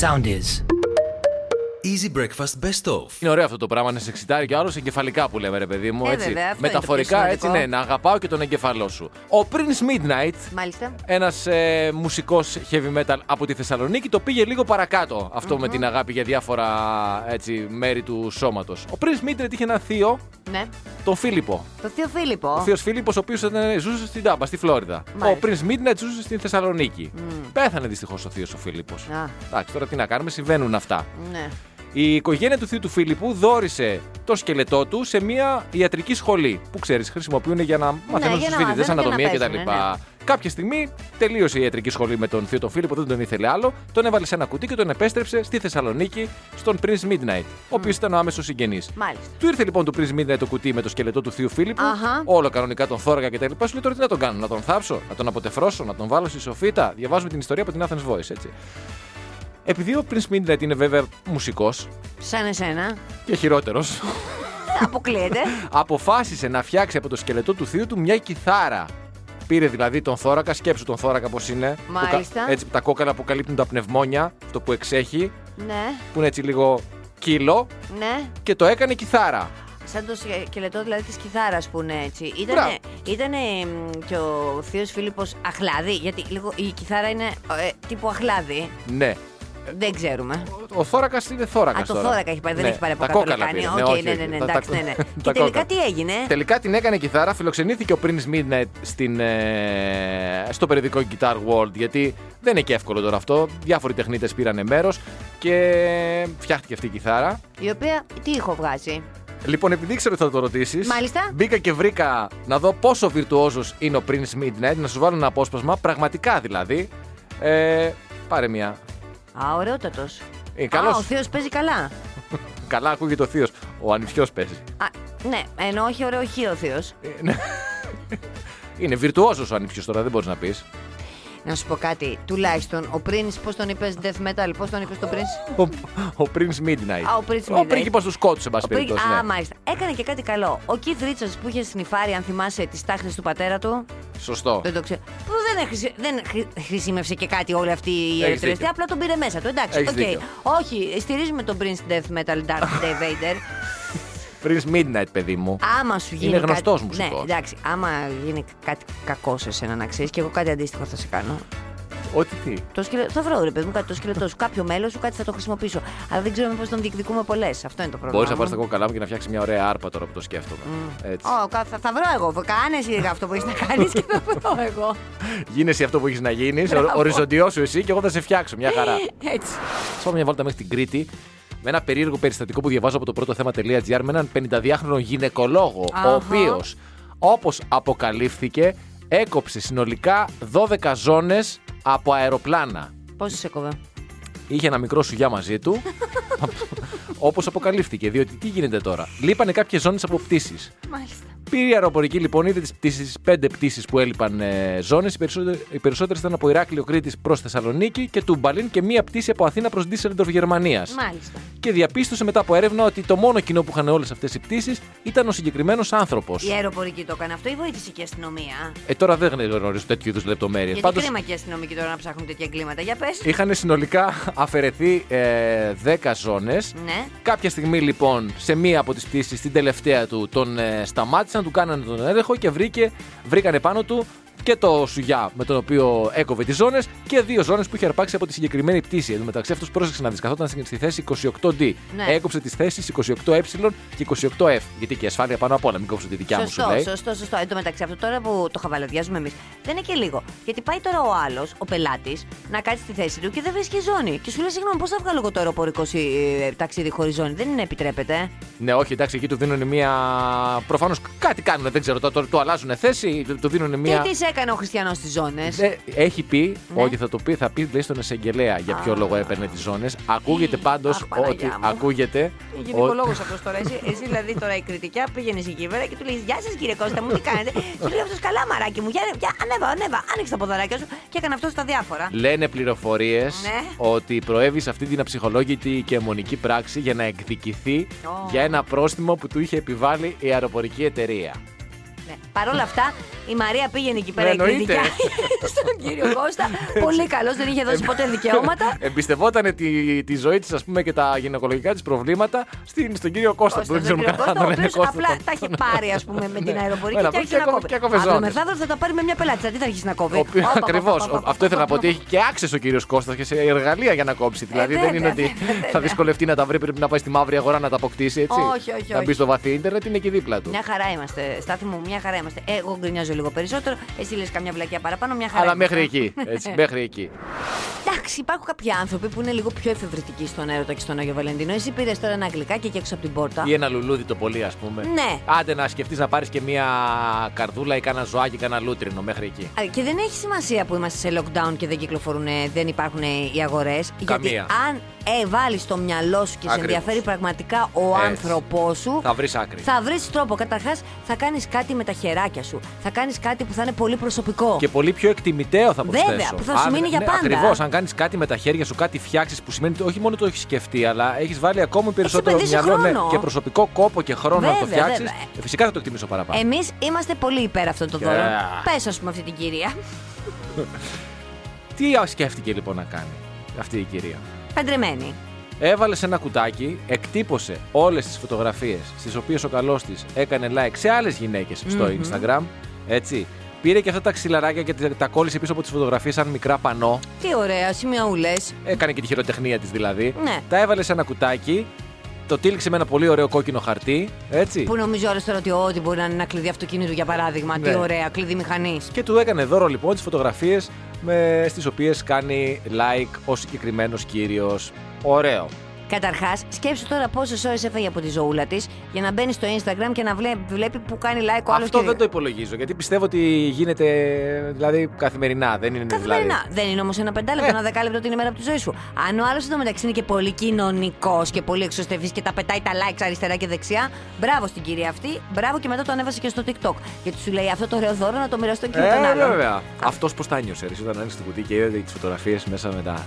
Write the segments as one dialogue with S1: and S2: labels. S1: Sound is.
S2: Easy Breakfast Best Of.
S3: Είναι ωραίο αυτό το πράγμα να σε εξητάρει και άλλος εγκεφαλικά που λέμε ρε παιδί μου.
S4: Ε,
S3: έτσι.
S4: βέβαια, αυτό
S3: Μεταφορικά
S4: είναι το πιο
S3: έτσι,
S4: σημαντικό.
S3: ναι, να αγαπάω και τον εγκεφαλό σου. Ο Prince Midnight,
S4: Μάλιστα.
S3: ένας ε, μουσικός heavy metal από τη Θεσσαλονίκη, το πήγε λίγο παρακάτω αυτό με την αγάπη για διάφορα έτσι, μέρη του σώματος. Ο Prince Midnight είχε ένα θείο,
S4: Ναι.
S3: τον Φίλιππο.
S4: Το θείο Φίλιππο.
S3: Ο θείος Φίλιππος, ο οποίος ζούσε στην Τάμπα, στη Φλόριδα.
S4: Μάλιστα.
S3: Ο Prince Midnight ζούσε στην Θεσσαλονίκη. Πέθανε δυστυχώς ο θείος ο Φίλιππος.
S4: Α.
S3: Εντάξει, τώρα τι να κάνουμε, συμβαίνουν αυτά.
S4: Ναι.
S3: Η οικογένεια του θείου του Φίλιππου δόρισε το σκελετό του σε μια ιατρική σχολή που ξέρεις, χρησιμοποιούν για να μαθαίνουν
S4: Ναι, για
S3: στους φοιτητέ
S4: να μαθαίνουν και
S3: ανατομία
S4: να
S3: κτλ.
S4: παίζουν, ναι.
S3: Κάποια στιγμή τελείωσε η ιατρική σχολή με τον θείο τον Φίλιππο, δεν τον ήθελε άλλο. Τον έβαλε σε ένα κουτί και τον επέστρεψε στη Θεσσαλονίκη στον Prince Midnight, ο οποίο ήταν ο άμεσος συγγενής.
S4: Μάλιστα.
S3: Του ήρθε λοιπόν του Prince Midnight το κουτί με το σκελετό του θείου Φίλιππου,
S4: Αχα.
S3: όλο κανονικά τον θώρακα κτλ. Σου λέει τώρα τι να τον κάνω, να τον θάψω, να τον αποτεφρώσω, να τον βάλω στη σοφίτα. Διαβάζουμε την ιστορία από την Athens Voice, έτσι. Επειδή ο Prince Midnight είναι βέβαια μουσικός,
S4: Σαν εσένα.
S3: και χειρότερος.
S4: Αποκλείεται.
S3: Αποφάσισε να φτιάξει από το σκελετό του θείου του μια κιθάρα. Πήρε δηλαδή τον θώρακα, σκέψου τον θώρακα πώς είναι. που κα-
S4: Μάλιστα.
S3: έτσι τα κόκαλα που καλύπτουν τα πνευμόνια, αυτό που εξέχει,
S4: ναι.
S3: που είναι έτσι λίγο κύλο,
S4: Ναι.
S3: και το έκανε κιθάρα.
S4: Σαν το σκελετό δηλαδή της κιθάρας που είναι έτσι. Ήτανε,
S3: Μπράβο.
S4: ήτανε μ, και ο Θείος Φίλιππος αχλάδι, γιατί λίγο η κιθάρα είναι ε, τύπου αχλάδι.
S3: Ναι.
S4: Δεν ξέρουμε.
S3: Ο θώρακας είναι θώρακας.
S4: Α, το θώρακα έχει πάρει, δεν
S3: ναι.
S4: έχει πάρει από
S3: τα
S4: κάτω
S3: κόκαλα
S4: λεκάνη.
S3: πήρε.
S4: Οκ,
S3: Ναι, όχι,
S4: ναι, ναι,
S3: όχι.
S4: ναι,
S3: Τα- τα-
S4: εντάξει, ναι, ναι.
S3: τα
S4: Και τελικά
S3: κόκαλα.
S4: τι έγινε. ε?
S3: Τελικά την έκανε κιθάρα, φιλοξενήθηκε ο Prince Midnight στην, ε, στο περιοδικό Guitar World. Γιατί δεν είναι και εύκολο τώρα αυτό. Διάφοροι τεχνίτες πήρανε μέρος και φτιάχτηκε αυτή η κιθάρα.
S4: Η οποία τι ήχο βγάζει.
S3: Λοιπόν, επειδή ξέρω ότι θα το ρωτήσεις,
S4: Μάλιστα.
S3: μπήκα και βρήκα να δω πόσο βιρτουόζος είναι ο Prince Midnight. Να σου βάλω ένα απόσπασμα, πραγματικά δηλαδή. Ε, πάρε μια.
S4: Α, ωραιότατος.
S3: Ε,
S4: Α,
S3: καλός.
S4: ο Θείος παίζει καλά.
S3: Καλά, ακούγεται ο Θείος. Ο Ανιφιός παίζει.
S4: Α, ναι, ενώ όχι ωραίο χείο ο Θείος.
S3: Ε, ναι. είναι βιρτουόζος ο Ανιφιός τώρα, δεν μπορείς να πεις.
S4: Να σου πω κάτι. Τουλάχιστον ο Prince, πώς τον είπες death metal, πώς τον είπες τον Prince.
S3: Ο, ο Prince Midnight.
S4: Α, ο Prince
S3: Ο
S4: Midnight.
S3: πρίγκιπα του Σκότου, εν πάση
S4: Ο Prince-
S3: περιπτώσει. ναι.
S4: Α, μάλιστα. Έκανε και κάτι καλό. Ο Keith Richards που είχε συνειφάρει, αν θυμάσαι, τις τάχτε του πατέρα του.
S3: Σωστό.
S4: Δεν το ξέρω. Που δεν, χρησι- δεν χρη- χρησιμεύσε και κάτι όλη αυτή η
S3: Έχεις
S4: ερευνητή.
S3: δίκιο.
S4: Απλά τον πήρε μέσα του. Εντάξει,
S3: Έχεις
S4: οκ.
S3: δίκιο.
S4: Όχι, στηρίζουμε τον Prince Death Metal Dark Day Vader.
S3: Prince Midnight, παιδί μου.
S4: Άμα σου γίνει.
S3: Είναι γνωστός
S4: κάτι...
S3: μουσικός.
S4: Ναι, εντάξει. Άμα γίνει κάτι κακό σε σένα να ξέρεις και εγώ κάτι αντίστοιχο θα σε κάνω.
S3: Ό,τι τι.
S4: Το σκελε... Θα βρω, ρε παιδί μου, κάτι το σκελετό σου. Κάποιο μέλος σου, κάτι θα το χρησιμοποιήσω. Αλλά δεν ξέρουμε πώ τον διεκδικούμε πολλές. Αυτό είναι το πρόβλημα.
S3: Μπορείς να
S4: μου.
S3: πάρεις τα κόκαλά μου και να φτιάξεις μια ωραία άρπα τώρα που το σκέφτομαι. Έτσι.
S4: Ω, κα- θα, θα βρω εγώ. Κάνε εσύ αυτό που έχεις να κάνεις και θα βρω εγώ.
S3: Γίνεσαι αυτό που έχεις να γίνεις,
S4: Μπράβο.
S3: οριζοντιώσου εσύ και εγώ θα σε φτιάξω. Μια χαρά.
S4: Έτσι.
S3: Πάμε μια βόλτα μέχρι την Κρήτη με ένα περίεργο περιστατικό που διαβάζω από το πρώτο θέμα.gr με έναν 52χρονο γυναικολόγο,
S4: Αχα.
S3: ο οποίος όπως αποκαλύφθηκε έκοψε συνολικά 12 ζώνες από αεροπλάνα.
S4: Πόσο σε κόβε.
S3: Είχε ένα μικρό σουγιά μαζί του. Όπως αποκαλύφθηκε. Διότι τι γίνεται τώρα. Λείπανε κάποιες ζώνες από πτήσεις.
S4: Μάλιστα.
S3: Πήρε η αεροπορική λοιπόν, είδε τις πτήσεις, πέντε πτήσεις που έλειπαν ε, ζώνες. Οι περισσότερες ήταν από Ηράκλειο Κρήτης προς Θεσσαλονίκη και του Μπαλίν και μία πτήση από Αθήνα προς Ντίσσελντορφ Γερμανίας.
S4: Μάλιστα.
S3: Και διαπίστωσε μετά από έρευνα ότι το μόνο κοινό που είχαν όλες αυτές οι πτήσεις ήταν ο συγκεκριμένος άνθρωπος.
S4: Η αεροπορική το έκανε αυτό ή βοήθησε και η αστυνομία.
S3: Ε, τώρα δεν γνωρίζω τέτοιου είδους λεπτομέρειες.
S4: Γιατί κρίμα και οι αστυνομικοί τώρα να ψάχνουν τέτοια εγκλήματα. Για πες.
S3: είχαν συνολικά αφαιρεθεί ε, 10 ζώνες.
S4: Ναι.
S3: Κάποια στιγμή λοιπόν σε μία από τις πτήσεις, την τελευταία του, τον ε, σταμάτησαν, του κάνανε τον έλεγχο και βρήκε, βρήκανε πάνω του και το σουγιά με τον οποίο έκοβε τις ζώνες και δύο ζώνες που είχε αρπάξει από τη συγκεκριμένη πτήση. Εν τω μεταξύ αυτός πρόσεξε να δεις, καθόταν στην- στη θέση 28D.
S4: Ναι.
S3: Έκοψε τις θέσεις 28E και 28F. Γιατί και η ασφάλεια πάνω απ' όλα, μην κόψω τη δικιά μου σου
S4: Σωστό,
S3: λέει.
S4: σωστό, σωστό. Εν τω μεταξύ, αυτό τώρα που το χαβαλαδιάζουμε εμείς, δεν είναι και λίγο. Γιατί πάει τώρα ο άλλος, ο πελάτης, να κάτσει στη θέση του και δεν βρίσκει ζώνη. Και σου λέει, συγγνώμη, πώς θα βγάλω εγώ το αεροπορικό συ- ε, ταξίδι χωρίς ζώνη. Δεν είναι επιτρέπεται. ε.
S3: Ναι, όχι, εντάξει, εκεί του δίνουν μία. Προφανώς κάτι κάνουν, δεν ξέρω. Τώρα του αλλάζουν θέση, του- του δίνουν μία.
S4: Και τι σε έκανε ο Χριστιανός στι ζώνε.
S3: Ε, έχει πει,
S4: Ναι.
S3: όχι θα το πει, θα πει λέει στον εισαγγελέα για ποιο
S4: Α.
S3: λόγο έπαιρνε τις ζώνες. Ακούγεται πάντως
S4: Αχ, Παναγιά
S3: ότι.
S4: μου.
S3: Ακούγεται.
S4: Ο
S3: ότι-
S4: γυναικολόγο αυτό Ε, τώρα. Εσύ, εσύ δηλαδή τώρα η κριτικιά πήγαινες εκεί πέρα και του λέει Γεια σας κύριε Κώστα, μου τι κάνετε. του λέει αυτός καλά μαράκι μου, για, για ανέβα, ανέβα. Άνοιξε τα ποδαράκια σου και έκανε αυτό τα διάφορα.
S3: Λένε πληροφορίες
S4: Ναι.
S3: ότι προέβη σε αυτή την αψυχολόγητη και αιμονική πράξη για να εκδικηθεί
S4: Ω.
S3: για ένα πρόστιμο που του είχε επιβάλει η αεροπορική εταιρεία.
S4: Ναι. Παρ' όλα αυτά, η Μαρία πήγαινε εκεί πέρα
S3: Ναι,
S4: η κριτικιά.
S3: εννοείται.
S4: στον κύριο Κώστα. Πολύ καλός, δεν είχε δώσει ποτέ
S3: Ε,
S4: δικαιώματα.
S3: Εμπιστευόταν τη, τη ζωή της, ας πούμε, και τα γυναικολογικά της προβλήματα στην, στον κύριο Κώστα. που
S4: Κώστα,
S3: δεν
S4: τον
S3: ξέρουμε καν
S4: κύριο Κώστα, ο
S3: αν
S4: οποίο
S3: είναι Κώστα. Ναι.
S4: απλά τα έχει πάρει ας πούμε, με την αεροπορική
S3: Έλα,
S4: και άρχισε
S3: και
S4: να
S3: κόβε-
S4: κόβει.
S3: και κόβε
S4: Αύριο
S3: ζώνες.
S4: μεθαύριο θα τα πάρει με μια πελάτησα. Τι θα αρχίσει να κόβει. Όπα, όπα,
S3: Ακριβώς.
S4: όπα, όπα,
S3: Αυτό ήθελα να πω
S4: όπα,
S3: ότι έχει και άξιο ο κύριος Κώστας και σε εργαλεία για να
S4: Ε,
S3: κόψει. Δηλαδή δεν
S4: βέβαια,
S3: είναι ότι
S4: βέβαια.
S3: θα δυσκολευτεί να τα βρει, πρέπει να πάει στη μαύρη αγορά να τα αποκτήσει. Έτσι.
S4: Όχι, όχι,
S3: Να
S4: όχι.
S3: μπει στο βαθύ ίντερνετ, είναι εκεί δίπλα του.
S4: Μια χαρά είμαστε, Στάθη μου, μια χαρά είμαστε. Ε, Εγώ γκρινιάζω λίγο περισσότερο, εσύ λες καμιά βλακιά παραπάνω, μια χαρά.
S3: Αλλά
S4: είμαστε.
S3: μέχρι εκεί. Έτσι, μέχρι εκεί.
S4: Εντάξει, υπάρχουν κάποιοι άνθρωποι που είναι λίγο πιο εφευρετικοί στον έρωτα και στον Άγιο Βαλεντίνο. Εσύ πήρες τώρα ένα αγγλικάκι και έξω από την πόρτα.
S3: Ή ένα λουλούδι το πολύ, ας πούμε.
S4: Ναι.
S3: Άντε να σκεφτείς να πάρεις και μια καρδούλα ή κάνα ζωάκι, κάνα λούτρινο μέχρι εκεί.
S4: Α, Και δεν έχει σημασία που είμαστε σε lockdown και δεν κυκλοφορούν, ε, δεν υπάρχουν ε, οι αγορές. Γιατί
S3: Καμία.
S4: αν ε, βάλεις το μυαλό σου και σε
S3: Ακριβώς.
S4: ενδιαφέρει πραγματικά ο
S3: Έτσι.
S4: άνθρωπός σου.
S3: Θα βρεις άκρη.
S4: Θα βρεις τρόπο. Καταρχάς, θα κάνεις κάτι με τα χεράκια σου. Θα κάνεις κάτι που θα είναι πολύ προσωπικό.
S3: Και πολύ πιο εκτιμητέο θα
S4: Βέβαια,
S3: προσθέσω.
S4: που θα σου μείνει για πάντα.
S3: Ακριβώς. Αν κάνεις κάτι με τα χέρια σου, κάτι φτιάξεις που σημαίνει ότι όχι μόνο το έχεις σκεφτεί, αλλά έχεις βάλει ακόμη περισσότερο ναι,
S4: επενδύσει χρόνο.
S3: και προσωπικό κόπο και χρόνο να το
S4: Βέβαια,
S3: φτιάξεις.
S4: βέβαια.
S3: Φυσικά θα το εκτιμήσω παραπάνω.
S4: Εμείς είμαστε πολύ υπέρ αυτών των
S3: Και-
S4: δώρων. Πες, ας πούμε, αυτή την κυρία.
S3: Τι σκέφτηκε λοιπόν να κάνει αυτή η κυρία.
S4: Παντρεμένη.
S3: Έβαλε σε ένα κουτάκι, εκτύπωσε όλες τις φωτογραφίες στις οποίες ο καλός της έκανε like σε άλλες γυναίκες στο Instagram. Έτσι. Πήρε και αυτά τα ξυλαράκια και τα- τα κόλλησε πίσω από τις φωτογραφίες σαν μικρά πανό.
S4: Τι ωραία, σημειαούλε.
S3: Έκανε και τη χειροτεχνία της δηλαδή.
S4: Ναι.
S3: Τα έβαλε σε ένα κουτάκι, το τύλιξε με ένα πολύ ωραίο κόκκινο χαρτί. Έτσι.
S4: Που νομίζω όλες τώρα ότι ό,τι μπορεί να είναι ένα κλειδί αυτοκίνητου για παράδειγμα. Τι
S3: Ναι.
S4: ωραία, κλειδί μηχανής.
S3: Και του έκανε δώρο λοιπόν τις φωτογραφίες στις οποίες κάνει like ο συγκεκριμένος κύριος. Ωραίο.
S4: Καταρχάς, σκέψου τώρα πόσες ώρες έφαγε από τη ζωούλα της για να μπαίνει στο Instagram και να βλέπει, βλέπει που κάνει like ο άλλος.
S3: Αυτό δεν το υπολογίζω γιατί πιστεύω ότι γίνεται δηλαδή καθημερινά. Δεν είναι
S4: Καθημερινά.
S3: δηλαδή.
S4: Δεν είναι όμως ένα πεντάλεπτο,
S3: Ε.
S4: ένα δεκάλεπτο την ημέρα από τη ζωή σου. Αν ο άλλος εντωμεταξύ είναι και πολύ κοινωνικός και πολύ εξωστευή και τα πετάει τα likes αριστερά και δεξιά, μπράβο στην κυρία αυτή, μπράβο και μετά το ανέβασε και στο TikTok. Γιατί σου λέει αυτό το ωραίο δώρο να το μοιραστώ και με τον
S3: Ε,
S4: άλλον.
S3: βέβαια. Αυτός πώς τα νιώσες, ρε, όταν άνοιξε το κουτί και είδες τις φωτογραφίες μέσα μετά.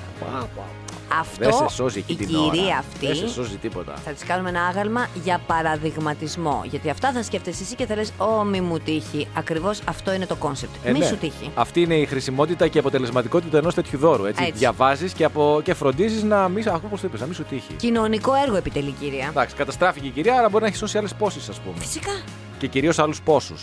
S3: Δεν
S4: Αυτό
S3: σε σώζει εκεί
S4: η
S3: την
S4: κυρία
S3: ώρα.
S4: αυτή
S3: Δεν σε σώζει τίποτα.
S4: θα της κάνουμε ένα άγαλμα για παραδειγματισμό. Γιατί αυτά θα σκέφτεσαι εσύ και θα λες: Ω, μη μου τύχει. Ακριβώς αυτό είναι το κόνσεπτ.
S3: Ε,
S4: μη
S3: ναι.
S4: σου τύχει.
S3: Αυτή είναι η χρησιμότητα και η αποτελεσματικότητα ενός τέτοιου δώρου. Έτσι.
S4: Έτσι.
S3: Διαβάζεις και, απο... και φροντίζεις να μην. Ακούω πώς το είπες, να μην σου τύχει.
S4: Κοινωνικό έργο επιτελεί, κυρία.
S3: Εντάξει, καταστράφηκε η κυρία, αλλά μπορεί να έχει σώσει άλλες πόσει, ας πούμε.
S4: Φυσικά.
S3: Και κυρίως άλλους πόσους.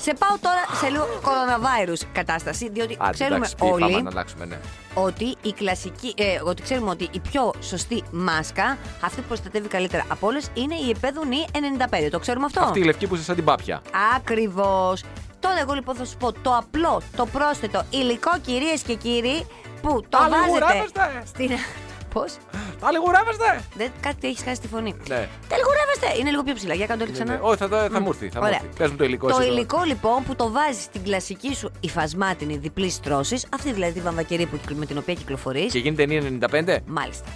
S4: Σε πάω τώρα σε λίγο coronavirus κατάσταση, διότι
S3: Άντε,
S4: ξέρουμε
S3: εντάξει, πει,
S4: όλοι
S3: Πάμε να αλλάξουμε, ναι.
S4: ότι η κλασική, ε, ότι ξέρουμε ότι η πιο σωστή μάσκα, αυτή που προστατεύει καλύτερα από όλες, είναι η επέδουνη 95. Το ξέρουμε αυτό.
S3: Αυτή η λευκή που είσαι σαν την πάπια.
S4: Ακριβώς. Τώρα εγώ λοιπόν θα σου πω το απλό, το πρόσθετο υλικό κυρίες και κύριοι που το
S3: Άλλη
S4: βάζετε
S3: γουράβεστε.
S4: στην. Πώς?
S3: Τα λιγουράβεστε!
S4: Δεν, κάτι έχεις χάσει τη φωνή.
S3: Ναι.
S4: Τα λιγουρεύεστε! Είναι λίγο πιο ψηλά. Για κάνω το ξανά.
S3: Ναι, ναι. Όχι, θα, τα- θα μου έρθει. Θα μου
S4: Ωραία.
S3: έρθει. Πες μου το υλικό.
S4: Το
S3: εσύ
S4: υλικό λοιπόν που το βάζεις στην κλασική σου υφασμάτινη διπλή τρώσης, αυτή δηλαδή τη βαμβακερή που, κυκλο- με την οποία κυκλοφορείς.
S3: Και γίνεται ενία 95.
S4: Μάλιστα.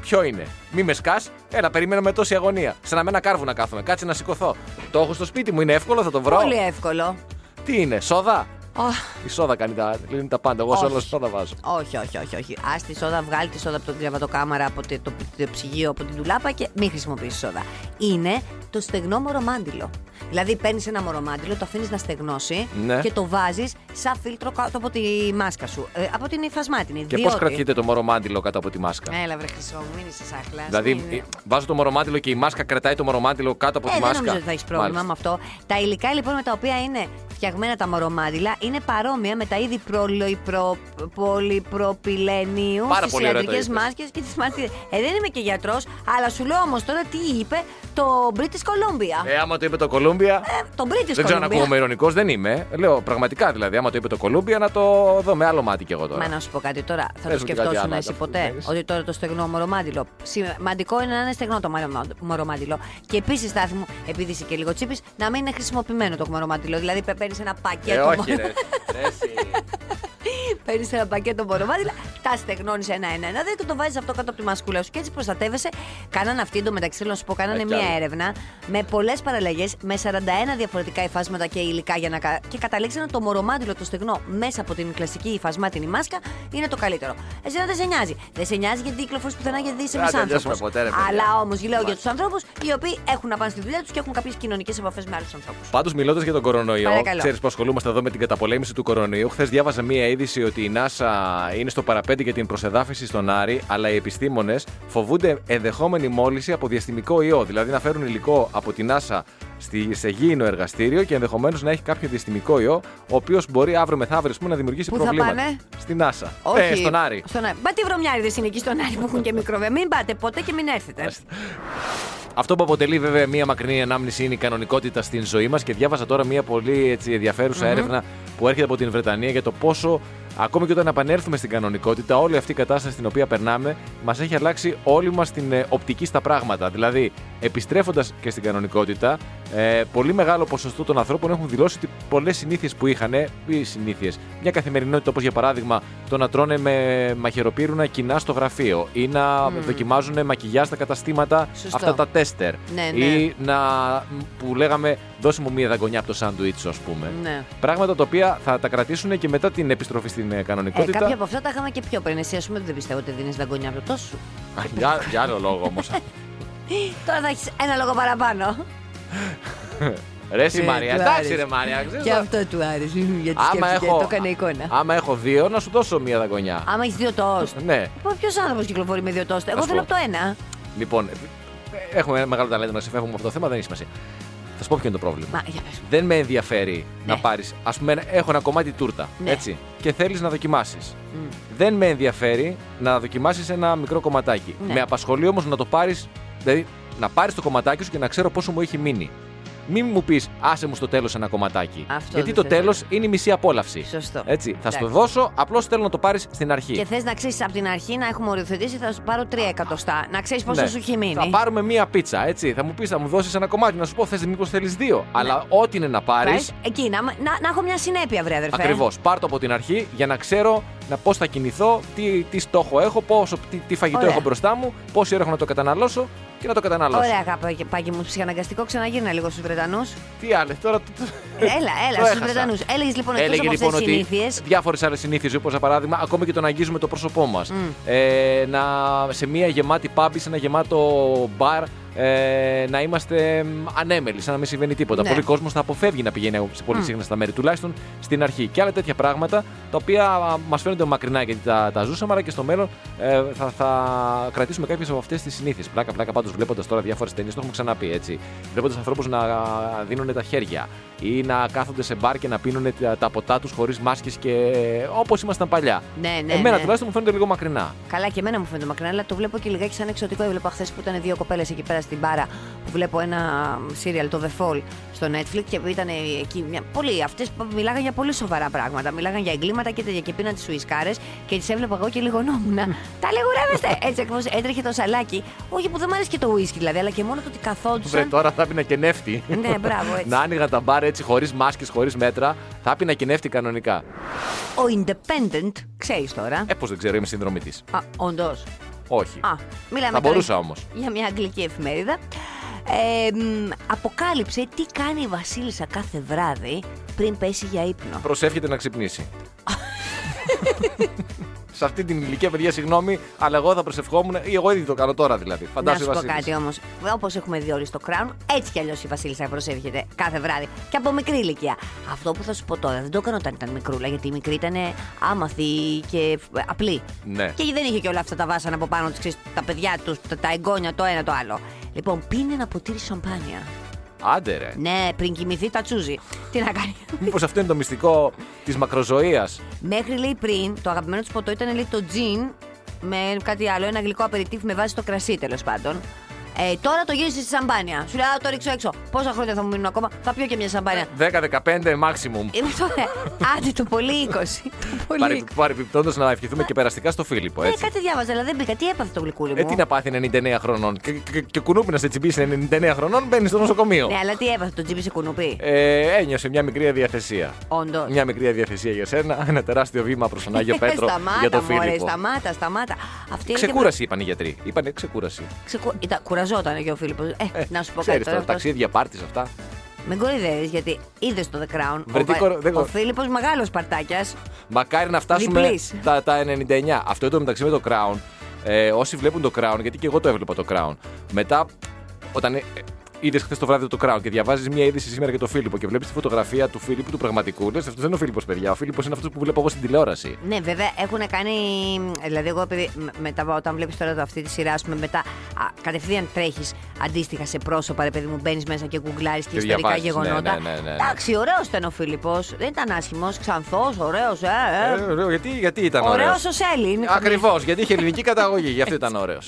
S3: Ποιο είναι. Μη με σκάς. Έλα, περιμένω με τόση αγωνία. Σαν να με ένα κάρβου να κάθομαι. Κάτσε να σηκωθώ. Το έχω στο σπίτι μου. Είναι εύκολο, θα το βρω.
S4: Πολύ εύκολο.
S3: Τι είναι, σόδα.
S4: Αχ,
S3: Η σόδα κάνει τα, λύνει τα πάντα. Εγώ σε
S4: Όχι.
S3: όλο σόδα βάζω.
S4: Όχι, όχι, όχι. όχι. Ας τη σόδα, βγάλει τη σόδα από την κρεβατοκάμαρα, από το, το, το ψυγείο, από την τουλάπα και μην χρησιμοποιήσεις σόδα. Είναι το στεγνό μορομάντιλο. Δηλαδή παίρνεις ένα μορομάντιλο, το αφήνεις να στεγνώσει
S3: Ναι.
S4: και το βάζεις σαν φίλτρο κάτω από τη μάσκα σου. Ε, από την υφασμάτινη.
S3: Και πώς
S4: διότι- Ε,
S3: κρατιέται το μορομάντιλο κάτω από τη μάσκα.
S4: Έλα, βρε χρυσό μου, μην είσαι σάχλα.
S3: δηλαδή,
S4: Μην-
S3: ε, βάζω το μορομάντιλο και η μάσκα κρατάει το μορομάντιλο κάτω από
S4: Ε,
S3: τη
S4: δεν
S3: μάσκα.
S4: νομίζω ότι θα έχεις πρόβλημα
S3: Μάλιστα.
S4: με αυτό. Τα υλικά λοιπόν με τα οποία είναι φτιαγμένα τα μορομάντιλα είναι παρόμοια με τα είδη προλοϊπρο- πολυπροπυλενίου
S3: Πάρα
S4: στις
S3: πολύ ωραία το
S4: ιατρικέ
S3: είπες.
S4: μάσκες και τις μάρτυρε. Ε, δεν είμαι και γιατρός, αλλά σου λέω όμως τώρα τι είπε το British Columbia.
S3: Ε, άμα το είπε το Κολούμπια.
S4: Ε, το British
S3: δεν ξέρω αν
S4: Columbia.
S3: ακούγομαι ηρωνικό, δεν είμαι. Λέω πραγματικά δηλαδή. Άμα το είπε το Κολούμπια, να το δω με άλλο μάτι κι εγώ τώρα.
S4: Μα να σου πω κάτι τώρα, θα
S3: Πες
S4: το
S3: μου και κάτι
S4: σκεφτόσουν
S3: άλλο,
S4: εσύ
S3: αφού
S4: ποτέ.
S3: ξέρεις.
S4: Ότι τώρα το στεγνό μορομάντιλο. Σημαντικό είναι να είναι στεγνό το μαρο- μορομάντιλο. Και επίσης, Στάθη μου, επειδή είσαι και λίγο τσίπης, να μην είναι χρησιμοποιημένο το μορομάντιλο. Δηλαδή, παίρνεις ένα
S3: ε,
S4: πακέτο.
S3: όχι,
S4: μορο-
S3: ρε. Ρε, εσύ.
S4: Παίρνεις ένα πακέτο μορομάτιλα, τα στεγνώνεις ένα-ένα δεν και το βάζεις αυτό κάτω από τη μασκούλα σου. Και έτσι προστατεύεσαι. Κάνανε αυτοί εντωμεταξύ, θέλω να σου πω, κάνανε
S3: Ε, κι
S4: μία
S3: άλλοι.
S4: έρευνα με πολλές παραλλαγές, με 41 διαφορετικά υφάσματα και υλικά για να. κα- και καταλήξανε το μορομάτιλο το στεγνό μέσα από την κλασική υφασμάτινη μάσκα είναι το καλύτερο. Εσένα δεν σε νοιάζει. Δεν σε νοιάζει γιατί κυκλοφορείς πουθενά γιατί είσαι
S3: Δεν θα τελειώσουμε
S4: μισάνθρωπο.
S3: ποτέ, ρε παιδιά.
S4: Αλλά όμως λέω για
S3: Μάλιστα.
S4: τους ανθρώπους οι οποίοι έχουν να πάνε στη δουλειά τους και έχουν κάποιες κοινωνικές επαφές με άλλους ανθρώπους.
S3: Πάντως, μιλώντας για τον κορονοϊό,
S4: Παρακαλώ.
S3: ξέρεις που ασχολούμαστε εδώ με την καταπολέμηση του κορονοϊού. Χθες διάβαζα μία είδηση ότι η NASA είναι στο παραπέντε για την προσεδάφιση στον Άρη, αλλά οι επιστήμονες φοβούνται ενδεχόμενη μόλυση από διαστημικό ιό. Δηλαδή να φέρουν υλικό από την NASA στη, σε γήινο εργαστήριο και ενδεχομένως να έχει κάποιο διαστημικό ιό, ο οποίος μπορεί αύριο μεθαύριο ας πούμε, να δημιουργήσει
S4: Πού θα
S3: προβλήματα.
S4: πάνε?
S3: Στην NASA.
S4: Όχι.
S3: Ε, στον Άρη.
S4: Στον Άρη. Μα τι βρωμιάριδες είναι εκεί στον Άρη που έχουν και μικροβέ. Μην πάτε ποτέ και μην έρθετε.
S3: Αυτό που αποτελεί βέβαια μία μακρινή ανάμνηση είναι η κανονικότητα στην ζωή μας και διάβασα τώρα μία πολύ έτσι, ενδιαφέρουσα έρευνα που έρχεται από την Βρετανία για το πόσο ακόμη και όταν επανέλθουμε στην κανονικότητα, όλη αυτή η κατάσταση στην οποία περνάμε μας έχει αλλάξει όλη μας την ε, οπτική στα πράγματα. Δηλαδή, επιστρέφοντας και στην κανονικότητα, ε, πολύ μεγάλο ποσοστό των ανθρώπων έχουν δηλώσει ότι πολλές συνήθειες που είχαν, ή συνήθειες, μια καθημερινότητα όπως για παράδειγμα το να τρώνε με μαχαιροπύρουνα κοινά στο γραφείο ή να δοκιμάζουν μακιγιά στα καταστήματα
S4: Σωστό.
S3: αυτά τα τέστερ.
S4: Ναι, ναι.
S3: Ή να. που λέγαμε, δώσε μου μία δαγκονιά από το σάντουιτς, ας πούμε.
S4: Ναι.
S3: Πράγματα τα οποία θα τα κρατήσουν και μετά την επιστροφή στην ε,
S4: Ε,
S3: κανονικότητα.
S4: κάποια από αυτά τα είχαμε και πιο πριν. Εσύ, ας πούμε, δεν πιστεύω ότι δίνεις δαγκονιά από το τόσο σου.
S3: Α, για, για άλλο λόγο όμως.
S4: Ε, Τώρα θα έχεις ένα λόγο παραπάνω.
S3: ρε, εσύ,
S4: Ε,
S3: Μαρία.
S4: του
S3: Εντάξει,
S4: άρεσε.
S3: ρε, Μαρία. ξέρεις,
S4: Και αυτό του άρεσε. Γιατί
S3: άμα,
S4: σκέφτηκε,
S3: έχω,
S4: το έκανε εικόνα.
S3: άμα έχω δύο, να σου δώσω μία δαγκονιά.
S4: Άμα έχεις δύο τόστ.
S3: ναι.
S4: Ποιος άνθρωπος κυκλοφορεί με δύο τόστ. Εγώ
S3: σου
S4: θέλω
S3: πω.
S4: από το ένα.
S3: Λοιπόν, ε, έχουμε ένα μεγάλο ταλέντο να ξεφεύγουμε από αυτό το θέμα, δεν έχει σημασία. Θα σου πω ποιο είναι το πρόβλημα.
S4: Μα για πες μου.
S3: δεν με ενδιαφέρει
S4: Ναι.
S3: να πάρεις. Ας πούμε, έχω ένα κομμάτι τούρτα.
S4: Ναι.
S3: Έτσι. Και θέλεις να δοκιμάσεις.
S4: Μμ.
S3: Δεν με ενδιαφέρει να δοκιμάσεις ένα μικρό κομματάκι.
S4: Ναι.
S3: Με απασχολεί όμως να το πάρεις. Δηλαδή, να πάρεις το κομματάκι σου και να ξέρω πόσο μου έχει μείνει. Μην μου πεις, άσε μου στο τέλος ένα κομματάκι.
S4: Αυτό
S3: Γιατί το
S4: δεν θες,
S3: τέλος είναι η μισή απόλαυση.
S4: Σωστό.
S3: Έτσι. Θα σου το
S4: Εντάξει.
S3: δώσω, απλώς θέλω να το πάρεις στην αρχή.
S4: Και θες να ξέρεις από την αρχή να έχουμε οριοθετήσει, θα σου πάρω τρία εκατοστά. Να ξέρεις πόσο
S3: Ναι.
S4: σου έχει μείνει.
S3: Θα πάρουμε μία πίτσα, έτσι. Θα μου πεις, θα μου δώσεις ένα κομμάτι, να σου πω, θες μήπως θέλεις δύο. Αλλά ό,τι είναι να πάρεις,
S4: Πάρεις. Εκεί, να, να, να έχω μια συνέπεια, βρε αδερφέ.
S3: Ακριβώς. Πάρ το από την αρχή για να ξέρω να πώς θα κινηθώ, τι, τι στόχο έχω, πόσο, τι, τι φαγητό
S4: Ωραία.
S3: έχω μπροστά μου, πόση ώρα έχω να το καταναλώσω και να το καταναλώσω.
S4: Ωραία, αγάπη, πάκι μου, ψυχαναγκαστικό ξαναγύρνα λίγο στους Βρετανούς.
S3: Τι άλλο, τώρα. το- το-
S4: Έλα,
S3: Το
S4: έλα, στους
S3: έχασα.
S4: Βρετανούς. Έλεγες λοιπόν εκτός από
S3: Έλεγε
S4: αυτέ
S3: λοιπόν
S4: τι
S3: ότι
S4: συνήθειες.
S3: διάφορες άλλες συνήθειες, όπως για παράδειγμα, ακόμη και το να αγγίζουμε το πρόσωπό μας. Ε, να, σε μια γεμάτη pub ή σε ένα γεμάτο μπαρ ε, να είμαστε μ, ανέμελοι, σαν να μην συμβαίνει τίποτα.
S4: Ναι.
S3: Πολλοί κόσμος θα αποφεύγει να πηγαίνει σε πολύ
S4: Μμ.
S3: σύγχρονα στα μέρη, τουλάχιστον στην αρχή. Και άλλα τέτοια πράγματα τα οποία μας φαίνονται μακρινά γιατί τα, τα ζούσαμε, αλλά και στο μέλλον ε, θα, θα κρατήσουμε κάποιες από αυτές τις συνήθειες. Πλάκα-πλάκα πάντως βλέποντας τώρα διάφορες ταινίες, το έχουμε ξαναπεί έτσι. Βλέποντας ανθρώπους να δίνουν τα χέρια ή να κάθονται σε μπαρ και να πίνουν τα, τα ποτά τους χωρίς μάσκες και όπως ήμασταν παλιά.
S4: Ναι, ναι.
S3: Εμένα
S4: ναι.
S3: τουλάχιστον μου φαίνονται λίγο μακρινά.
S4: Καλά, και εμένα μου φαίνεται μακρινά, αλλά το βλέπω και λιγάκι σαν εξωτικό. Έβλεπα χθες που ήταν δύο κοπέλες εκεί πέρα στην μπάρα που βλέπω ένα σύριαλ, το The Fall, στο Netflix και ήταν εκεί. Μια... Πολλοί, αυτέ μιλάγαν για πολύ σοβαρά πράγματα. Μιλάγαν για εγκλήματα και τέτοια και πίναν τι σουισκάρε και τις έβλεπα εγώ και λιγονόμουνα. Τα λιγουρεύεστε! Έτσι ακριβώς έτρεχε το σαλάκι. Όχι που δεν μ' άρεσε και το ουίσκι δηλαδή, αλλά και μόνο το ότι καθόντουσαν.
S3: τώρα θα έπινα και νεύτη.
S4: Ναι, μπράβο, έτσι.
S3: να άνοιγα τα μπαρ έτσι χωρίς μάσκες, χωρίς μέτρα, θα έπινα και νεύτη κανονικά.
S4: Ο Independent, ξέρεις τώρα.
S3: Ε, πώς δεν ξέρω, είμαι συνδρομητής.
S4: Α, όντως.
S3: Όχι.
S4: Α,
S3: Ε.
S4: μιλάμε
S3: θα
S4: τώρα
S3: μπορούσα όμως.
S4: για μια αγγλική εφημερίδα. Ε, μ, αποκάλυψε τι κάνει η Βασίλισσα κάθε βράδυ πριν πέσει για ύπνο.
S3: Προσεύχεται να ξυπνήσει. Σε αυτή την ηλικία, παιδιά, συγγνώμη, αλλά εγώ θα προσευχόμουν. ή εγώ ήδη το κάνω τώρα δηλαδή.
S4: Να
S3: Φαντάζομαι
S4: σου πω κάτι όμως. Όπως έχουμε δει όλοι στο Crown, έτσι κι αλλιώς η Βασίλισσα προσεύχεται κάθε βράδυ και από μικρή ηλικία. Αυτό που θα σου πω τώρα δεν το έκανα όταν ήταν μικρούλα, γιατί η μικρή ήταν άμαθη και ε, απλή.
S3: Ναι.
S4: Και δεν είχε και όλα αυτά τα βάσανα από πάνω του, τα παιδιά τους, τα, τα εγγόνια, το ένα το άλλο. Λοιπόν, πίνει ένα ποτήρι σαμπάνια.
S3: Άντε ρε.
S4: Ναι, πριν κοιμηθεί τα τσούζει. Τι να κάνει.
S3: Μήπως αυτό είναι το μυστικό της μακροζωίας.
S4: Μέχρι λέει πριν, το αγαπημένο του ποτό ήταν λέει το τζιν με κάτι άλλο, ένα γλυκό απεριτήφ με βάση το κρασί τέλος πάντων. Ε, τώρα το γύρισε στη σαμπάνια. Σου λέει, «Α, το ρίξω έξω. Πόσα χρόνια θα μου μείνουν ακόμα, θα πιω και μια σαμπάνια. Ε,
S3: 10-15 maximum.
S4: Είναι τώρα. Άντε το πολύ 20. Το πολύ 20.
S3: Παρεπιπτόντω να ευχηθούμε και περαστικά στο Φίλιππο,
S4: Ναι,
S3: έτσι.
S4: κάτι διάβαζα, αλλά δεν μπήκα. Τι έπαθε το γλυκούλι μου.
S3: Ε, τι να πάθει 99 χρονών. Και, και, και κουνούπι να σε τσιμπήσει 99 χρονών, μπαίνει στο νοσοκομείο.
S4: Ναι, αλλά τι έπαθε, το τζίπι σε κουνουπί.
S3: Ε, ένιωσε μια μικρή αδιαθεσία.
S4: Όντως.
S3: Μια μικρή αδιαθεσία για σένα, ένα τεράστιο βήμα προς τον Άγιο Πέτρο
S4: Ε, σταμάτα,
S3: για τον
S4: μωρέ,
S3: Φίλιππο.
S4: σταμάτα, σταμάτα. Αυτή έλεγε-
S3: Ξεκούραση είπαν οι γιατροί. Είπανε ξεκούραση.
S4: Ξεκου... Ήταν, κουραζόταν και ο Φίλιππος. Ε,
S3: Ε,
S4: να σου πω
S3: ξέρεις,
S4: κάτι τώρα.
S3: τα
S4: αυτός-
S3: ταξίδια, πάρτις αυτά.
S4: Με κοροϊδεύεις γιατί είδες το The Crown.
S3: Βρε, τι
S4: ο
S3: κορο- δεν
S4: ο
S3: κορο-
S4: Φίλιππος μεγάλος παρτάκιας.
S3: Μακάρι να φτάσουμε
S4: Διπλής.
S3: τα, τα 99. Αυτό το μεταξύ με το Crown. Ε, όσοι βλέπουν το Crown, γιατί και εγώ το έβλεπα το Crown. Μετά, όταν ε, είδες χθες το βράδυ το Crown και διαβάζεις μια είδηση σήμερα για τον Φίλιππο και βλέπεις τη φωτογραφία του Φίλιππου του πραγματικού, λες αυτός δεν είναι ο Φίλιππος, παιδιά. Ο Φίλιππος είναι αυτός που βλέπω εγώ στην τηλεόραση.
S4: Ναι, βέβαια έχουν κάνει. Δηλαδή, εγώ επειδή με- μετά, όταν βλέπεις τώρα το- αυτή τη σειρά, ας πούμε, μετά α, κατευθείαν τρέχεις αντίστοιχα σε πρόσωπα, ρε παιδί μου, μπαίνεις μέσα και γκουγκλάρει και,
S3: Και
S4: ιστορικά
S3: διαβάζεις,
S4: γεγονότα.
S3: ναι, ναι, ναι, ναι.
S4: Εντάξει, ωραίος ήταν ο Φίλιππος. Δεν ήταν άσχημος, ξανθός, ωραίος, ε. ε.
S3: Ε, ωραίο, γιατί, γιατί ήταν
S4: ωραίος
S3: ωραίος.
S4: ο Σέλιν.
S3: Ακριβώς, γιατί είχε ελληνική καταγωγή, γι' αυτό ήταν ωραίος.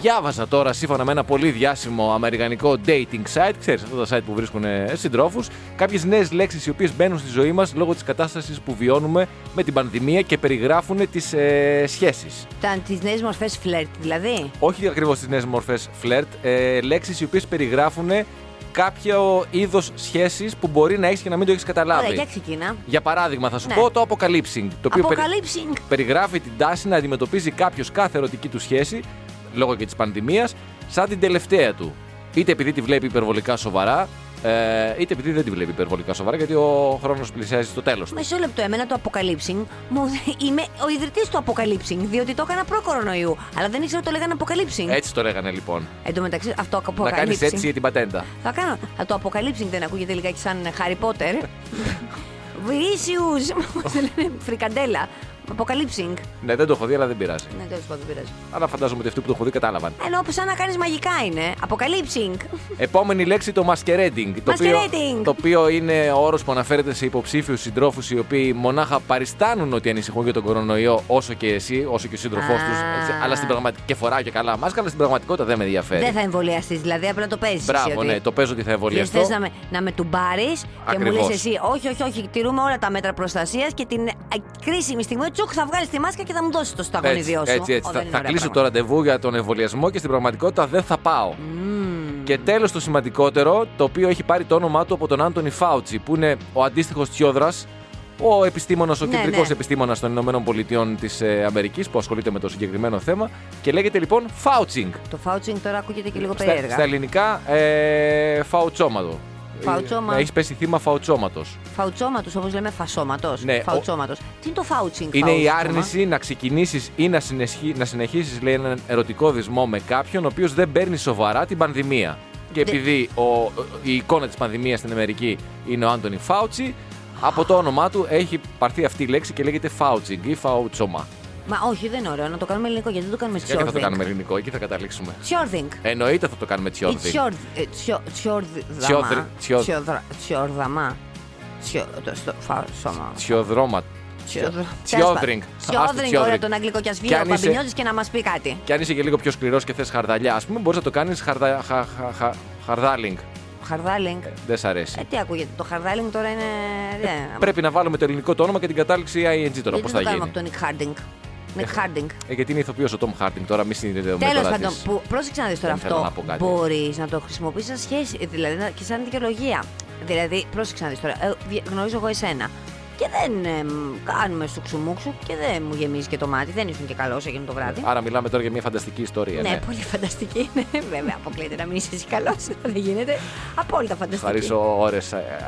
S3: Διάβαζα τώρα σύμφωνα με ένα πολύ διάσημο αμερικανικό dating site, ξέρεις αυτά τα site που βρίσκουν ε, συντρόφους, κάποιες νέες λέξεις οι οποίες μπαίνουν στη ζωή μας λόγω της κατάστασης που βιώνουμε με την πανδημία και περιγράφουν τις ε, σχέσεις.
S4: Ήταν τις νέες μορφές φλερτ, δηλαδή.
S3: Όχι ακριβώς τις νέες μορφές φλερτ, ε, λέξεις οι οποίες περιγράφουν κάποιο είδος σχέσης που μπορεί να έχεις και να μην το έχεις
S4: Ωραία, για
S3: καταλάβει.
S4: ξεκινά.
S3: Για παράδειγμα, θα σου
S4: Ναι.
S3: πω το apocalypsing. Το οποίο περι-
S4: Αποκαλύψινγκ.
S3: περιγράφει την τάση να αντιμετωπίζει κάποιος κάθε ερωτική του σχέση, λόγω και της πανδημίας, σαν την τελευταία του. Είτε επειδή τη βλέπει υπερβολικά σοβαρά, ε, είτε επειδή δεν τη βλέπει υπερβολικά σοβαρά, γιατί ο χρόνος πλησιάζει στο τέλος του.
S4: Μισό λεπτό, εμένα το αποκαλύψινγκ. Μου... Είμαι ο ιδρυτής του αποκαλύψινγκ, διότι το έκανα προ-κορονοϊού. Αλλά δεν ήξερα ότι το λέγανε αποκαλύψινγκ.
S3: Έτσι το λέγανε λοιπόν.
S4: Εν τω μεταξύ, αυτό
S3: Να κάνεις
S4: αποκαλύψινγκ.
S3: έτσι την πατέντα.
S4: Θα κάνω. Α, το αποκαλύψινγκ δεν ακούγεται λιγάκι σαν Χάρι Πότερ. Βίσιου. Πώ λένε, φρικαντέλα. Αποκαλύψινγκ.
S3: Ναι, δεν το έχω δει, αλλά δεν πειράζει.
S4: Ναι, τέλος πάντων, δεν πειράζει.
S3: Αλλά φαντάζομαι ότι αυτοί που το έχουν δει κατάλαβαν.
S4: Ενώ που σαν να κάνεις μαγικά είναι. Αποκαλύψινγκ.
S3: Επόμενη λέξη το masquerading. Το οποίο,
S4: Masquerading.
S3: το οποίο είναι ο όρος που αναφέρεται σε υποψήφιους συντρόφους οι οποίοι μονάχα παριστάνουν ότι ανησυχούν για τον κορονοϊό όσο και εσύ, όσο και ο σύντροφός
S4: Α.
S3: του. Αλλά στην πραγματικότητα και φοράω και καλά μάσκα, αλλά στην πραγματικότητα δεν με ενδιαφέρει.
S4: Δεν θα εμβολιαστείς, δηλαδή απλά το παίζεις.
S3: Μπράβο, ναι, το παίζω ότι θα εμβολιαστώ.
S4: Θε να με, να με τουμπάρεις και μου
S3: Ακριβώς.
S4: λε εσύ, Όχι, όχι, όχι, τηρούμε όλα τα μέτρα προστασίας και την α, κρίσιμη στιγμή τσουκ θα βγάλει τη μάσκα και θα μου δώσει το
S3: Έτσι,
S4: σταγονιδιό σου.
S3: έτσι, έτσι. Θα,
S4: Ω, δεν είναι
S3: θα
S4: ωραία
S3: κλείσω το
S4: πράγματα.
S3: ραντεβού για τον εμβολιασμό και στην πραγματικότητα δεν θα πάω. Και τέλος το σημαντικότερο, το οποίο έχει πάρει το όνομά του από τον Άντωνι Φάουτσι, που είναι ο αντίστοιχος Τσιόδρας, ο επιστήμονας, ο
S4: Ναι,
S3: κεντρικός
S4: ναι.
S3: επιστήμονας των Ηνωμένων Πολιτειών της Αμερικής, που ασχολείται με το συγκεκριμένο θέμα. Και λέγεται λοιπόν Φάουτσινγκ.
S4: Το φάουτσινγκ τώρα ακούγεται και λίγο
S3: Στα,
S4: περίεργα.
S3: στα ελληνικά, ε, φαουτσόματο.
S4: Φαουτσόμα.
S3: Έχεις πέσει θύμα φαουτσώματος.
S4: Φαουτσώματος, όπως λέμε, φασώματος.
S3: Ναι, ο-
S4: φαουτσώματος. Τι είναι το φάουτσινγκ,
S3: Είναι η
S4: φαουτσώμα?
S3: άρνηση να ξεκινήσεις ή να, συνεσχύ... να συνεχίσεις, λέει, έναν ερωτικό δυσμό με κάποιον ο οποίος δεν παίρνει σοβαρά την πανδημία. Και
S4: Δε-
S3: επειδή ο... η εικόνα της πανδημίας στην Αμερική είναι ο Άντωνι Φάουτσι, από το όνομά του έχει πάρθει αυτή η λέξη και λέγεται φάουτσινγκ ή φαουτσώμα.
S4: Μα όχι, δεν είναι ωραίο να το κάνουμε ελληνικό. Γιατί δεν το κάνουμε
S3: Γιατί θα το κάνουμε
S4: τσιόρδινγκ.
S3: ελληνικό, εκεί θα καταλήξουμε.
S4: Τσιόρδινγκ. ε,
S3: Εννοείται θα το κάνουμε τσιόρδι. Τσιόδρυ- τσιόδ-
S4: Τσιόρδαμα. Τσιόρδαμα. Τσιο- το- στο- Φαουτσώμα.
S3: Τσιοδρόμα.
S4: Τσιόδρο-
S3: Τσιόδρινγκ. Άστο
S4: Τσιόδρινγκ, ωραία
S3: τσιόδρινγκ.
S4: τον αγγλικό κι ας βγει
S3: Κι
S4: ο
S3: αν είσαι-
S4: Παμπινιώτης και να μας πει κάτι.
S3: Και αν είσαι και λίγο πιο σκληρός και θες χαρδαλιά, ας πούμε, μπορείς να το κάνεις χαρδα... χα- χα- χα- χαρδάλινγκ.
S4: Χαρδάλινγκ.
S3: Δεν σ' αρέσει.
S4: Ε, τι ακούγεται, το χαρδάλινγκ τώρα είναι... δεν-
S3: Ε, Πρέπει να βάλουμε το ελληνικό το όνομα και την κατάληξη ING τώρα. Πώ
S4: Γιατί δεν
S3: θα
S4: το κάνουμε
S3: γίνει.
S4: από τον Νικ Χάρντινγκ. Νικ Χάρντινγκ.
S3: Ε, γιατί είναι ηθοποιός ο Τόμ Χάρτινγκ τώρα, μη συνδεδεμένοι.
S4: Τέλο πάντων, που, πρόσεξε να δεις τώρα
S3: Δεν θέλω να
S4: αυτό.
S3: πω κάτι.
S4: Μπορείς να το χρησιμοποιήσεις σαν σχέση, ε, δηλαδή να- και σαν δικαιολογία. Δηλαδή, πρόσεξε να δεις τώρα. Ε, βγε- γνωρίζω εγώ εσένα. Και δεν ε, μ, κάνουμε σου ξουμούξου και δεν μου γεμίζει και το μάτι. Δεν ήσουν και καλός εκείνο το βράδυ.
S3: Άρα μιλάμε τώρα για μια φανταστική ιστορία.
S4: δηλαδή. ναι,
S3: Ναι,
S4: πολύ φανταστική είναι. Βέβαια, αποκλείεται να μην είσαι εσύ καλός. Δεν γίνεται. Απόλυτα φανταστική.
S3: Χαρίσω ώρε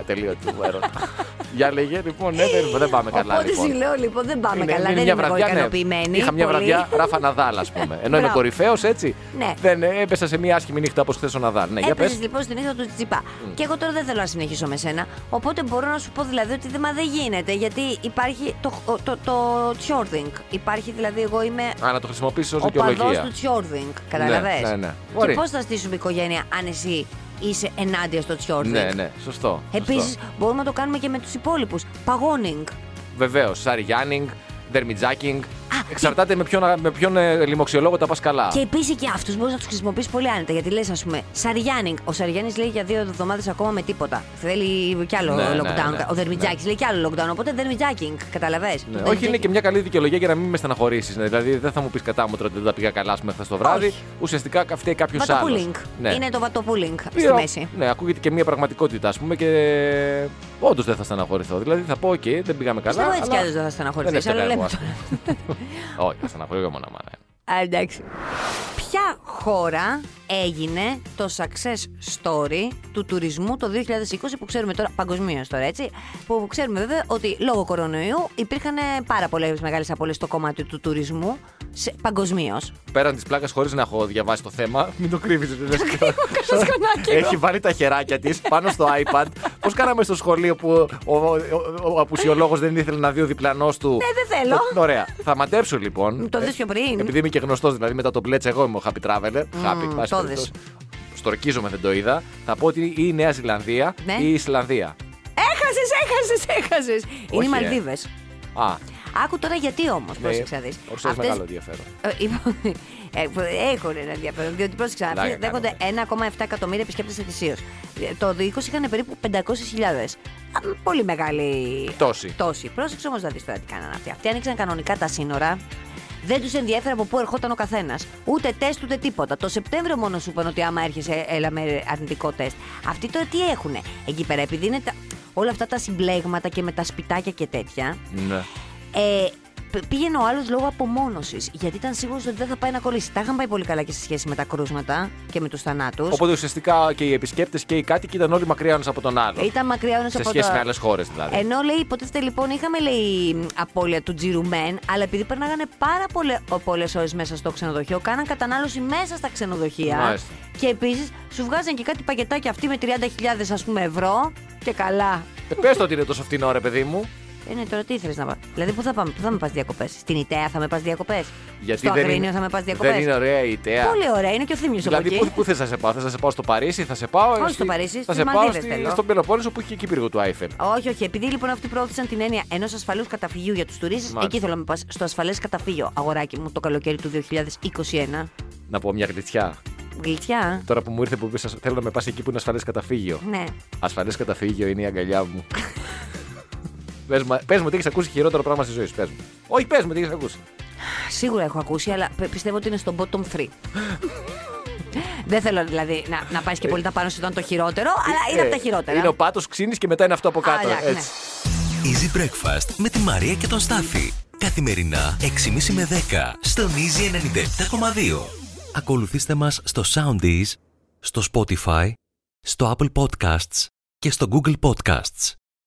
S3: ατελείωτη που έρωτα. Για λέγε, λοιπόν, ναι, δεν, δεν πάμε καλά.
S4: Οπότε
S3: λοιπόν.
S4: σου λέω λοιπόν, δεν πάμε
S3: Είναι-
S4: καλά.
S3: είναι
S4: δεν
S3: μια
S4: είμαι εγώ
S3: βραδιά, ναι.
S4: ικανοποιημένη.
S3: Είχα μια
S4: πολύ.
S3: βραδιά Ράφα Ναδάλ, ας πούμε. Ενώ είμαι
S4: Μπράβο.
S3: κορυφαίος, έτσι.
S4: Ναι.
S3: Δεν ε, έπεσα σε μια άσχημη νύχτα όπως χθες ο Ναδάλ. Ναι, για πες.
S4: Έπαιζε λοιπόν στην νύχτα του τσιπά. Και εγώ τώρα δεν θέλω να συνεχίσω με σένα. Οπότε μπορώ να σου πω δηλαδή ότι δεν- μα δεν γίνεται. Γιατί υπάρχει το, το, το, τσιόρδινγκ. Υπάρχει δηλαδή, εγώ είμαι
S3: Α, να το χρησιμοποιήσεις ως
S4: ο παδό
S3: δικαιολογία.
S4: του τσιόρδινγκ. Καταλαβέ.
S3: ναι, ναι.
S4: Και
S3: Μπορεί.
S4: πώς θα στήσουμε οικογένεια αν εσύ είσαι ενάντια στο τσιόρδινγκ.
S3: Ναι, ναι, σωστό.
S4: Επίσης, μπορούμε να το κάνουμε και με τους υπόλοιπους. Παγόνινγκ.
S3: Βεβαίω, σαριγιάνινγκ, δερμιτζάκινγκ. Εξαρτάται με ποιον, με ποιον ε, λοιμοξιολόγο τα πας καλά.
S4: Και επίσης και αυτούς μπορείς να τους χρησιμοποιήσεις πολύ άνετα. Γιατί λες, ας πούμε, Σαριάνινγκ. Ο Σαριάννης λέει για δύο εβδομάδες ακόμα με τίποτα. Θέλει κι άλλο
S3: Ναι, ναι,
S4: lockdown.
S3: ναι.
S4: Ο Δερμιτζάκης λέει κι άλλο lockdown. Οπότε Δερμιτζάκινγκ, καταλαβέ.
S3: Ναι, όχι, είναι και μια καλή δικαιολογία για να μην με στεναχωρήσεις. δηλαδή, δεν θα μου πεις κατά μου τώρα ότι δεν τα πήγα καλά σου μέχρι το βράδυ.
S4: Όχι.
S3: Ουσιαστικά φταίει κάποιο άλλο.
S4: Βατοπούλινγκ. Είναι το βατοπούλινγκ στη
S3: Ναι. Πήρα-
S4: μέση.
S3: Ναι, ακούγεται και μια πραγματικότητα, ας πούμε, και όντως δεν θα στεναχωρηθώ. Δηλαδή θα πω, οκ, δεν πήγαμε καλά.
S4: Πιστεύω έτσι κι
S3: αλλά
S4: άλλω δεν θα στεναχωρηθείς.
S3: δεν
S4: Αλλά
S3: έφταιγα
S4: λέμε
S3: εγώ,
S4: τώρα.
S3: ας πούμε. Όχι, θα στεναχωρήσω μόνο άμα. ναι.
S4: Α, εντάξει. Ποια χώρα έγινε το success story του τουρισμού το 2020 που ξέρουμε τώρα, παγκοσμίως τώρα έτσι, που ξέρουμε βέβαια ότι λόγω κορονοϊού υπήρχαν ε, πάρα πολλές μεγάλες απώλειες στο κομμάτι του τουρισμού παγκοσμίως.
S3: Πέραν της πλάκας, χωρίς να έχω διαβάσει το θέμα, μην το κρύβεις. Έχει βάλει τα χεράκια της πάνω στο iPad. Πώς κάναμε στο σχολείο που ο, ο, ο- ο απουσιολόγος δεν ήθελε να δει ο διπλανός του.
S4: Ναι, δεν θέλω.
S3: Το- Ωραία. Θα μαντέψω λοιπόν.
S4: Το δεις πιο πριν.
S3: Επειδή είμαι και γνωστός, δηλαδή μετά το μπλέτσα, εγώ είμαι ο happy traveler. Happy, εν πάση
S4: το δεις.
S3: περιπτώσει. Στορκίζομαι, δεν το είδα. Θα πω ότι ή η Νέα Ζηλανδία
S4: Ναι.
S3: ή η Ισλανδία.
S4: Έχασες, έχασες, έχασες. Είναι
S3: Όχι,
S4: οι
S3: ε.
S4: Μαλδίβες.
S3: Α,
S4: Άκου τώρα γιατί όμως,
S3: ναι.
S4: πρόσεξα δεις.
S3: Ορθώς μεγάλο ενδιαφέρον.
S4: Ε, λοιπόν, ε, Έχουν ένα ενδιαφέρον, διότι πρόσεξα,
S3: Πλάκα
S4: αυτοί δέχονται 1,7 εκατομμύρια επισκέπτες ετησίω. Το 20 είχαν περίπου 500.000. Α, μ, Πολύ μεγάλη
S3: Τόση.
S4: τόση. Πρόσεξε όμως να δεις τώρα τι κάνανε αυτοί. Αυτοί άνοιξαν κανονικά τα σύνορα. Δεν τους ενδιέφερε από πού ερχόταν ο καθένας. Ούτε τεστ ούτε τίποτα. Το Σεπτέμβριο μόνο σου είπαν ότι άμα έρχεσαι, έλα με αρνητικό τεστ. Αυτοί τώρα τι έχουνε. Εκεί πέρα, επειδή είναι τα- όλα αυτά τα συμπλέγματα και με τα σπιτάκια και τέτοια,
S3: Ναι.
S4: ε, π- πήγαινε ο άλλος λόγω απομόνωσης. Γιατί ήταν σίγουρος ότι δεν θα πάει να κολλήσει. Τα είχαν πάει πολύ καλά και σε σχέση με τα κρούσματα και με τους θανάτους.
S3: Οπότε ουσιαστικά και οι επισκέπτες και οι κάτοικοι ήταν όλοι μακριά ένας από τον άλλο.
S4: Ήταν μακριά ο ένας
S3: σε
S4: από Ε, ναι.
S3: σχέση
S4: το-
S3: με άλλες χώρες δηλαδή.
S4: Ενώ λέει, υποτίθεται λοιπόν, είχαμε λέει μ, απώλεια του τζιρουμέν, αλλά επειδή περνάγανε πάρα πολλέ ώρες μέσα στο ξενοδοχείο, κάναν κατανάλωση μέσα στα ξενοδοχεία.
S3: Μάλιστα.
S4: Και επίσης σου βγάζαν και κάτι πακετάκι αυτοί με 30.000 ας πούμε ευρώ και καλά.
S3: Ε, Πες το ότι είναι τόσο φτηνό, ρε παιδί μου.
S4: Ε, ναι, τώρα τι ήθελες να πα. Δηλαδή, πού θα πάμε, πού θα με πας διακοπές. Στην Ιταία θα με πας διακοπές.
S3: Γιατί
S4: Στο
S3: δεν
S4: Αγρίνιο
S3: είναι,
S4: θα με πας διακοπές.
S3: Δεν είναι ωραία η ιδέα.
S4: Πολύ ωραία, είναι και ο Θήμιος από
S3: Δηλαδή,
S4: εκεί.
S3: πού, πού θες να σε πάω, θα σε πάω στο Παρίσι, θα σε πάω.
S4: Όχι
S3: στη-
S4: στο Παρίσι,
S3: θα
S4: στις
S3: σε πάω
S4: Μαλδίβες
S3: στη,
S4: θέλω.
S3: στον Πελοπόννησο που έχει εκεί πύργο του Άιφελ.
S4: Όχι, όχι. Επειδή λοιπόν αυτοί προώθησαν την έννοια ενός ασφαλούς καταφυγίου για τους τουρίστες,
S3: Μάλιστα.
S4: εκεί θέλω να με πας. Στο ασφαλές καταφύγιο, αγοράκι μου, το καλοκαίρι του 2021.
S3: Να πω μια γλυτσιά.
S4: Γλυκιά.
S3: Τώρα που μου ήρθε που είπες, «Ας- θέλω να με πας εκεί που είναι ασφαλές καταφύγιο.
S4: Ναι.
S3: ασφαλές καταφύγιο είναι η αγκαλιά μου. πες μου, πες μου τι έχεις ακούσει χειρότερο πράγμα στη ζωή σου. Πες μου. Όχι, πες μου τι έχεις ακούσει.
S4: Σίγουρα έχω ακούσει, αλλά πε- πιστεύω ότι είναι στο bottom 3. Δεν θέλω δηλαδή να, να πάεις και πολύ τα πάνω σου ήταν το χειρότερο, αλλά είναι
S3: Ε,
S4: από τα χειρότερα.
S3: Είναι ο πάτος ξύνη και μετά είναι αυτό από κάτω.
S4: Άλλα, ναι.
S3: έτσι.
S2: Easy Breakfast με τη Μαρία και τον Στάφη. Καθημερινά 6.30 με 10 στον Easy 97.2. Ακολουθήστε μας στο Soundees, στο Spotify, στο Apple Podcasts και στο Google Podcasts.